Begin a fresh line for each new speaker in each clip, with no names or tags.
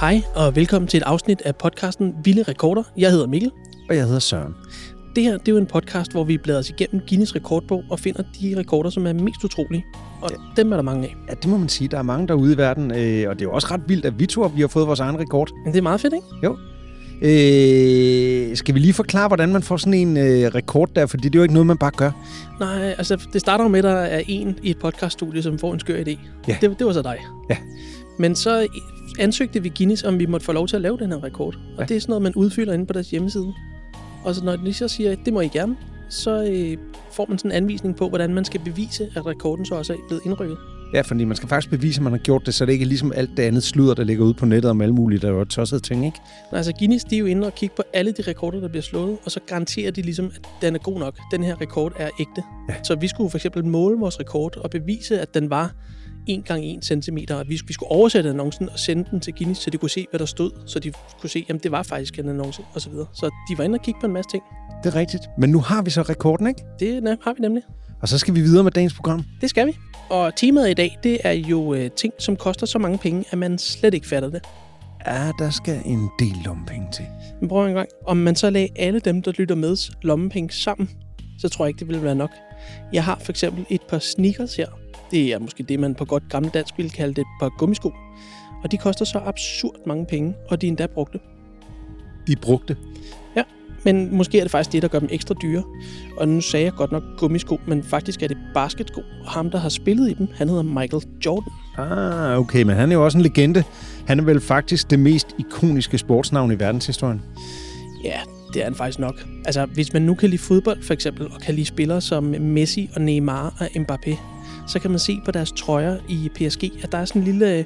Hej og velkommen til et afsnit af podcasten Vilde Rekorder. Jeg hedder Mikkel.
Og jeg hedder Søren.
Det her det er jo en podcast, hvor vi bladrer os igennem Guinness rekordbog og finder de rekorder, som er mest utrolige. Og ja. dem er der mange af.
Ja, det må man sige. Der er mange derude i verden, øh, og det er jo også ret vildt, at vi to vi har fået vores egen rekord.
Men det er meget fedt, ikke?
Øh, skal vi lige forklare, hvordan man får sådan en øh, rekord der? For det er jo ikke noget, man bare gør.
Nej, altså det starter jo med, at der er en i et podcaststudie, som får en skør idé.
Ja.
Det, det var så dig.
Ja.
Men så ansøgte vi Guinness, om vi måtte få lov til at lave den her rekord. Og
Ja.
det er sådan noget, man udfylder inde på deres hjemmeside. Og så når de så siger, at det må I gerne, så øh, får man sådan en anvisning på, hvordan man skal bevise, at rekorden så også er blevet indrykket.
Ja, fordi man skal faktisk bevise, at man har gjort det, så det ikke er ligesom alt det andet sludder, der ligger ude på nettet om alle mulige, der er jo tossede ting, ikke?
Men Altså Guinness, de er jo inde og kigge på alle de rekorder, der bliver slået, og så garanterer de ligesom, at den er god nok. Den her rekord er ægte. Ja. Så vi skulle for eksempel måle vores rekord og bevise, at den var 1 gange 1 cm. Vi, vi skulle oversætte annoncen og sende den til Guinness, så de kunne se, hvad der stod, så de kunne se, at det var faktisk en annonce osv. Så de var inde og kigge på en masse ting.
Det er rigtigt. Men nu har vi så rekorden, ikke?
Det nem- har vi nemlig.
Og så skal vi videre med dagens program.
Det skal vi. Og temaet i dag, det er jo øh, ting, som koster så mange penge, at man slet ikke fatter det.
Ja, der skal en del lompenge til.
Men prøv en gang. Om man så lagde alle dem, der lytter med, lommepenge sammen, så tror jeg ikke, det ville være nok. Jeg har for eksempel et par sneakers her. Det er måske det, man på godt gammelt dansk ville kalde det et par gummisko. Og de koster så absurd mange penge, og de er endda brugte.
De brugte.
Men måske er det faktisk det, der gør dem ekstra dyre. Og nu sagde jeg godt nok gummisko, men faktisk er det basketsko. Og ham, der har spillet i dem, han hedder Michael Jordan.
Ah, okay, men han er jo også en legende. Han er vel faktisk det mest ikoniske sportsnavn i verdenshistorien.
Ja, det er han faktisk nok. Altså, hvis man nu kan lide fodbold for eksempel, og kan lide spillere som Messi og Neymar og Mbappé, så kan man se på deres trøjer i PSG, at der er sådan en lille øh,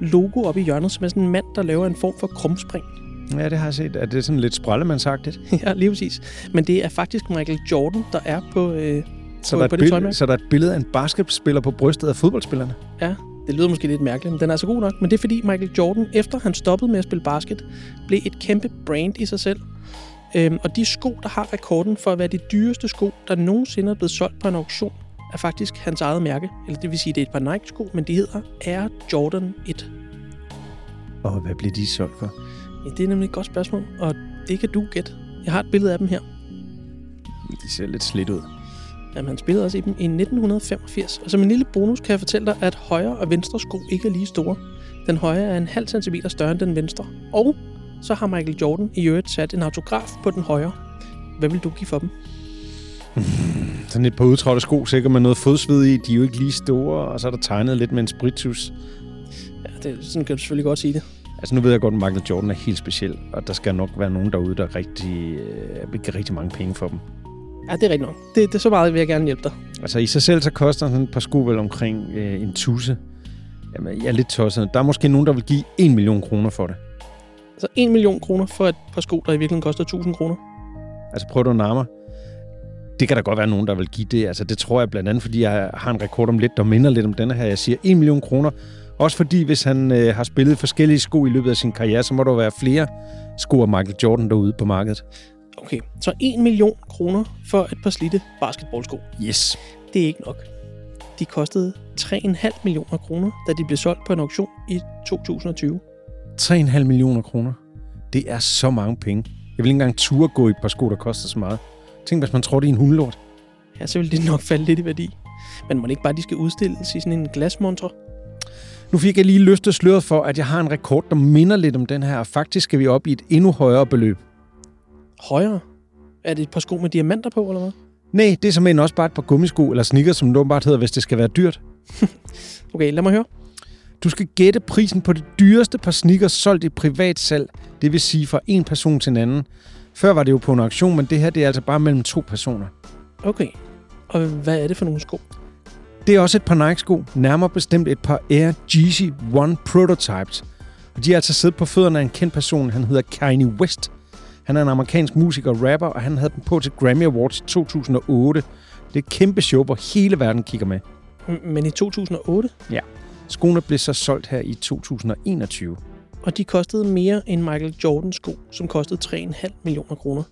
logo oppe i hjørnet, som er sådan en mand, der laver en form for krumspring.
Ja, det har jeg set. Er det sådan lidt sprællemandsagtigt?
ja, lige præcis. Men det er faktisk Michael Jordan, der er på... Øh,
Så
på-
der, er
på det
et billede,
tøjmærke.
så der er et billede af en basketspiller på brystet af fodboldspillerne.
Ja, det lyder måske lidt mærkeligt, men den er så god nok. Men det er fordi Michael Jordan, efter han stoppede med at spille basket, blev et kæmpe brand i sig selv. Øhm, og de sko, der har rekorden for at være de dyreste sko, der nogensinde er blevet solgt på en auktion, er faktisk hans eget mærke. Eller det vil sige, det er et par Nike-sko, men de hedder Air Jordan 1.
Og hvad blev de solgt for?
Ja, det er nemlig et godt spørgsmål, og det kan du gætte. Jeg har et billede af dem her.
De ser lidt slidt ud.
Jamen, han spillede også i dem i 1985. Og som en lille bonus kan jeg fortælle dig, at højre og venstre sko ikke er lige store. Den højre er en halv centimeter større end den venstre. Og så har Michael Jordan i øvrigt sat en autograf på den højre. Hvad vil du give for dem?
Sådan et par udtrådte sko, sikkert med noget fodsved i. De er jo ikke lige store, og så er der tegnet lidt med en spritus.
Ja, det, sådan kan du selvfølgelig godt sige det.
Altså nu ved jeg godt, at Michael Jordan er helt speciel, og der skal nok være nogen derude, der rigtig, øh, giver rigtig mange penge for dem.
Ja, det er rigtigt nok. Det, det er så meget, vil jeg gerne hjælpe dig.
Altså i sig selv, så koster sådan et par sko vel omkring øh, en tusse. Jamen, jeg er lidt tosset. Der er måske nogen, der vil give 1 million kroner for det.
Altså 1 million kroner for et par sko, der i virkeligheden koster 1000 kroner.
Altså prøv du at narme mig. Det kan der godt være nogen, der vil give det. Altså det tror jeg blandt andet, fordi jeg har en rekord om lidt, der minder lidt om denne her. Jeg siger 1 million kroner. Også fordi, hvis han øh, har spillet forskellige sko i løbet af sin karriere, så må der jo være flere sko af Michael Jordan derude på markedet.
Okay, så 1 million kroner for et par slidte basketballsko.
Yes.
Det er ikke nok. De kostede 3,5 millioner kroner, da de blev solgt på en auktion i 2020.
3,5 millioner kroner. Det er så mange penge. Jeg vil ikke engang turde gå i et par sko, der koster så meget. Tænk, hvis man tror, det er en hundelort.
Ja, så vil det nok falde lidt i værdi. Men må det ikke bare, de skal udstilles i sådan en glasmontre?
Nu fik jeg lige løftet sløret for, at jeg har en rekord, der minder lidt om den her, og faktisk skal vi op i et endnu højere beløb.
Højere? Er det et par sko med diamanter på, eller hvad?
Nej, det er som også bare et par gummisko eller sneakers, som det åbenbart hedder, hvis det skal være dyrt.
Okay, lad mig høre.
Du skal gætte prisen på det dyreste par sneakers solgt i privat salg, det vil sige fra en person til en anden. Før var det jo på en auktion, men det her det er altså bare mellem to personer.
Okay. Og hvad er det for nogle sko?
Det er også et par Nike-sko, nærmere bestemt et par Air Yeezy One Prototypes. Og de er altså siddet på fødderne af en kendt person, han hedder Kanye West. Han er en amerikansk musiker og rapper, og han havde dem på til Grammy Awards 2008. Det er et kæmpe show, hvor hele verden kigger med.
M- Men i 2008,
Skoene blev så solgt her i 2021.
og de kostede mere end Michael Jordans sko, som kostede 3,5 millioner kroner.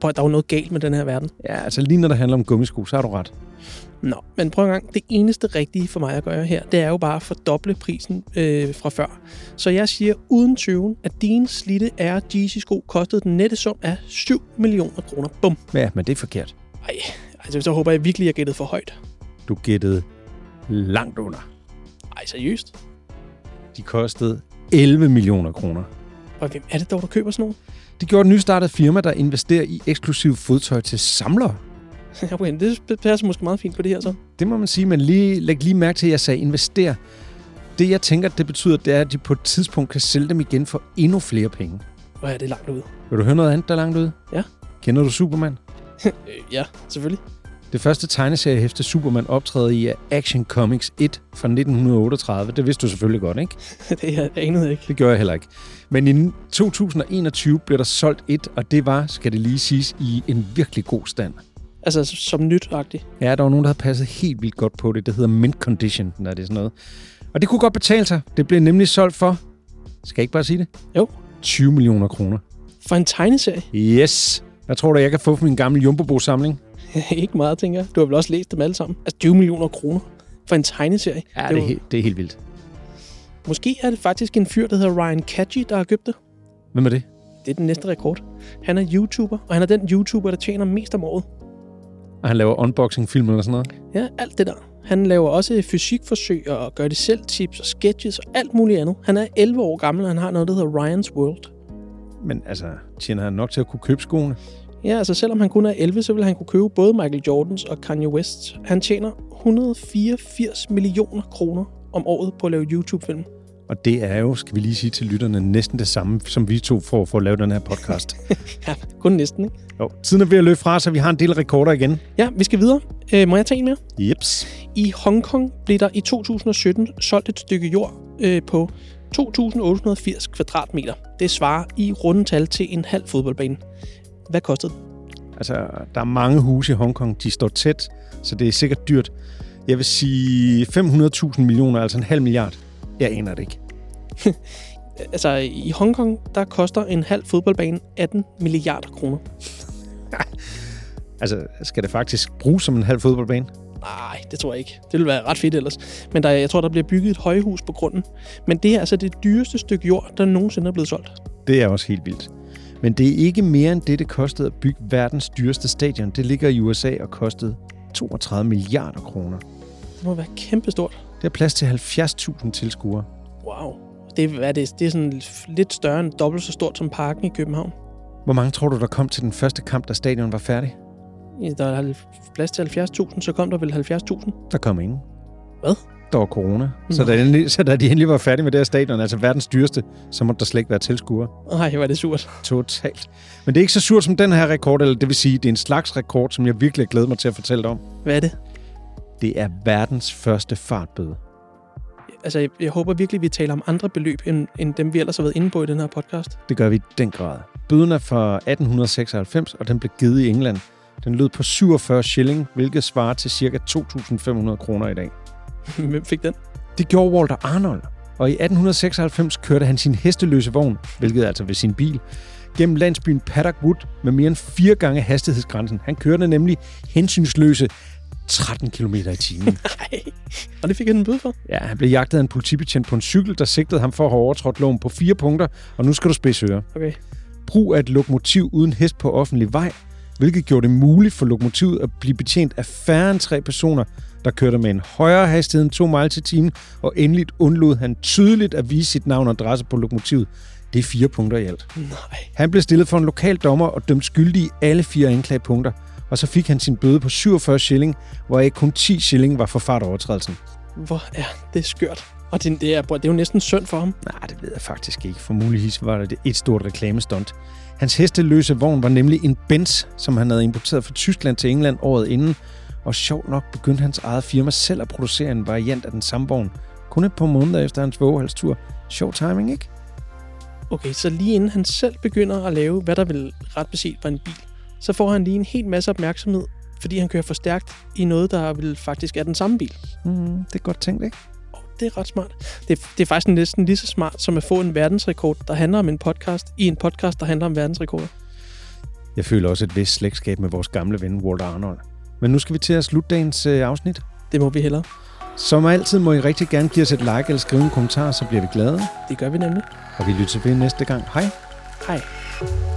prøv, at- der er jo noget galt med den her verden.
Ja, altså lige når det handler om gummisko, så har du ret.
Nå, men prøv en gang. Det eneste rigtige for mig at gøre her, det er jo bare at fordoble prisen øh, fra før. Så jeg siger uden tvivl, at dine slitte Air Yeezy-sko kostede den nette sum af 7 millioner kroner. Bum.
Ja, men det er forkert.
Ej, altså så håber jeg virkelig, at jeg gættede for højt.
Du gættede langt under.
Ej, seriøst?
De kostede 11 millioner kroner.
Og hvem er det dog, der køber sådan
Det gjorde et nystartet firma, der investerer i eksklusiv fodtøj til samlere.
nogle? okay, det passer måske meget fint på det her så.
Det må man sige, men lige, læg lige mærke til, at jeg sagde investere. Det, jeg tænker, det betyder, det er, at de på et tidspunkt kan sælge dem igen for endnu flere penge.
Hvor er det langt ude?
Vil du høre noget andet, der er langt ude?
Ja.
Kender du Superman?
Øh, ja, selvfølgelig.
Det første tegneseriehæfte, Superman optræder i, er Action Comics 1 fra 1938. Det vidste du selvfølgelig godt, ikke?
det her anede jeg ikke.
Det gør jeg heller ikke. Men i 2021 blev der solgt et, og det var, skal det lige siges, i en virkelig god stand.
Altså som nyt-agtigt.
Ja, der var nogen, der havde passet helt vildt godt på det. Det hedder mint condition, når det er sådan noget. Og det kunne godt betale sig. Det blev nemlig solgt for, skal jeg ikke bare sige det?
Jo.
20 millioner kroner.
For en tegneserie.
Yes! Jeg tror da, jeg kan få for min gamle Jumbo-samling.
ikke meget, tænker jeg. Du har vel også læst dem alle sammen. Altså 20 millioner kroner for en tegneserie.
Ja,
Det
det er,
var-
helt, det er helt vildt.
Måske er det faktisk en fyr, der hedder Ryan Kaji, der har købt det.
Hvem er det?
Det er den næste rekord. Han er YouTuber, og han er den YouTuber, der tjener mest om året.
Og han laver unboxing-film eller sådan noget.
Ja, alt det der. Han laver også fysikforsøg og gør det selv tips og sketches og alt muligt andet. Han er 11 år gammel, og han har noget, der hedder Ryan's World.
Men altså, tjener han nok til at kunne købe skoene?
Ja, altså selvom han kun er 11, så vil han kunne købe både Michael Jordans og Kanye West. Han tjener 184 millioner kroner om året på at lave YouTube-film.
Og det er jo, skal vi lige sige til lytterne, næsten det samme, som vi to får for at lave den her podcast.
Ja, kun næsten, ikke?
jo, tiden er ved at løbe fra, så vi har en del rekorder igen.
Ja, vi skal videre. Øh, må jeg tage en mere?
Jeps.
I Hongkong blev der i 2017 solgt et stykke jord øh, på 2.880 kvadratmeter. Det svarer i runde tal til en halv fodboldbane. Hvad kostede det?
Altså, der er mange huse i Hongkong. De står tæt, så det er sikkert dyrt. Jeg vil sige 500.000 millioner, altså en halv milliard. Jeg aner det ikke.
Altså, i Hongkong, der koster en halv fodboldbane 18 milliarder kroner.
Altså, skal det faktisk bruges som en halv fodboldbane?
Nej, det tror jeg ikke. Det ville være ret fedt ellers. Men der, jeg tror, der bliver bygget et højhus på grunden. Men det her er altså det dyreste stykke jord, der nogensinde er blevet solgt.
Det er også helt vildt. Men det er ikke mere end det, det kostede at bygge verdens dyreste stadion. Det ligger i USA og kostede 32 milliarder kroner.
Det må være kæmpestort.
Det er plads til 70.000 tilskuere.
Wow. Det, er- hvad er det? det er sådan lidt større end dobbelt så stort som parken i København.
Hvor mange tror du, der kom til den første kamp, da stadion var færdig?
Ja, Der er halv- plads til 70.000, så kom der vel 70.000.
Der kom ingen.
Hvad?
Der var corona. Så
Nå.
da, endelig, så da de endelig var færdige med det her stadion, altså verdens dyreste, så måtte der slet ikke være tilskuere.
Nej, hvor er det surt.
Totalt. Men det er ikke så surt som den her rekord, eller det vil sige, det er en slags rekord, som jeg virkelig glæder mig til at fortælle dig om.
Hvad er det?
Det er verdens første fartbøde.
Altså, jeg, jeg håber virkelig, vi taler om andre beløb, end, end dem, vi ellers har været inde på i den her podcast.
Det gør vi i den grad. Bøden er fra 1896, og den blev givet i England. Den lød på 47 shilling, hvilket svarer til ca. 2.500 kroner i dag.
Hvem fik den?
Det gjorde Walter Arnold, og i 1896 kørte han sin hesteløse vogn, hvilket altså ved sin bil, gennem landsbyen Paddock Wood med mere end fire gange hastighedsgrænsen. Han kørte nemlig hensynsløse 13 km i timen.
Nej. Og det fik han en bøde for.
ja, han blev jagtet af en politibetjent på en cykel, der sigtede ham for at have overtrådt loven på fire punkter, og nu skal du spidse ører.
Okay.
Brug af et lokomotiv uden hest på offentlig vej, hvilket gjorde det muligt for lokomotivet at blive betjent af færre end tre personer, der kørte med en højere hastighed end 2 mile til timen, og endelig undlod han tydeligt at vise sit navn og adresse på lokomotivet. Det er fire punkter i alt.
Nej.
Han blev stillet for en lokal dommer og dømt skyldig i alle fire anklagepunkter, og så fik han sin bøde på 47 shilling, hvoraf kun 10 shilling var for fartovertrædelsen.
Hvor er det skørt. Og det, det, er, bror, det er jo næsten synd for ham.
Nej, det ved jeg faktisk ikke, for muligvis var det et stort reklamestunt. Hans hesteløse vogn var nemlig en Benz, som han havde importeret fra Tyskland til England året inden, og sjovt nok begyndte hans eget firma selv at producere en variant af den samme vogn, kun et par måneder efter hans vågehalstur. Sjov timing, ikke?
Okay, så lige inden han selv begynder at lave, hvad der vil ret beset var en bil, så får han lige en helt masse opmærksomhed, fordi han kører for stærkt i noget, der vil faktisk er den samme bil.
Mm, det er godt tænkt, ikke?
Og det er ret smart. Det, det er faktisk næsten lige så smart, som at få en verdensrekord, der handler om en podcast, i en podcast, der handler om verdensrekorder.
Jeg føler også et vist slægtskab med vores gamle ven Walt Arnold. Men nu skal vi til at slutte dagens øh, afsnit.
Det må vi hellere.
Som altid må I rigtig gerne give os et like eller skrive en kommentar, så bliver vi glade.
Det gør vi nemlig.
Og vi lytter ved næste gang. Hej.
Hej.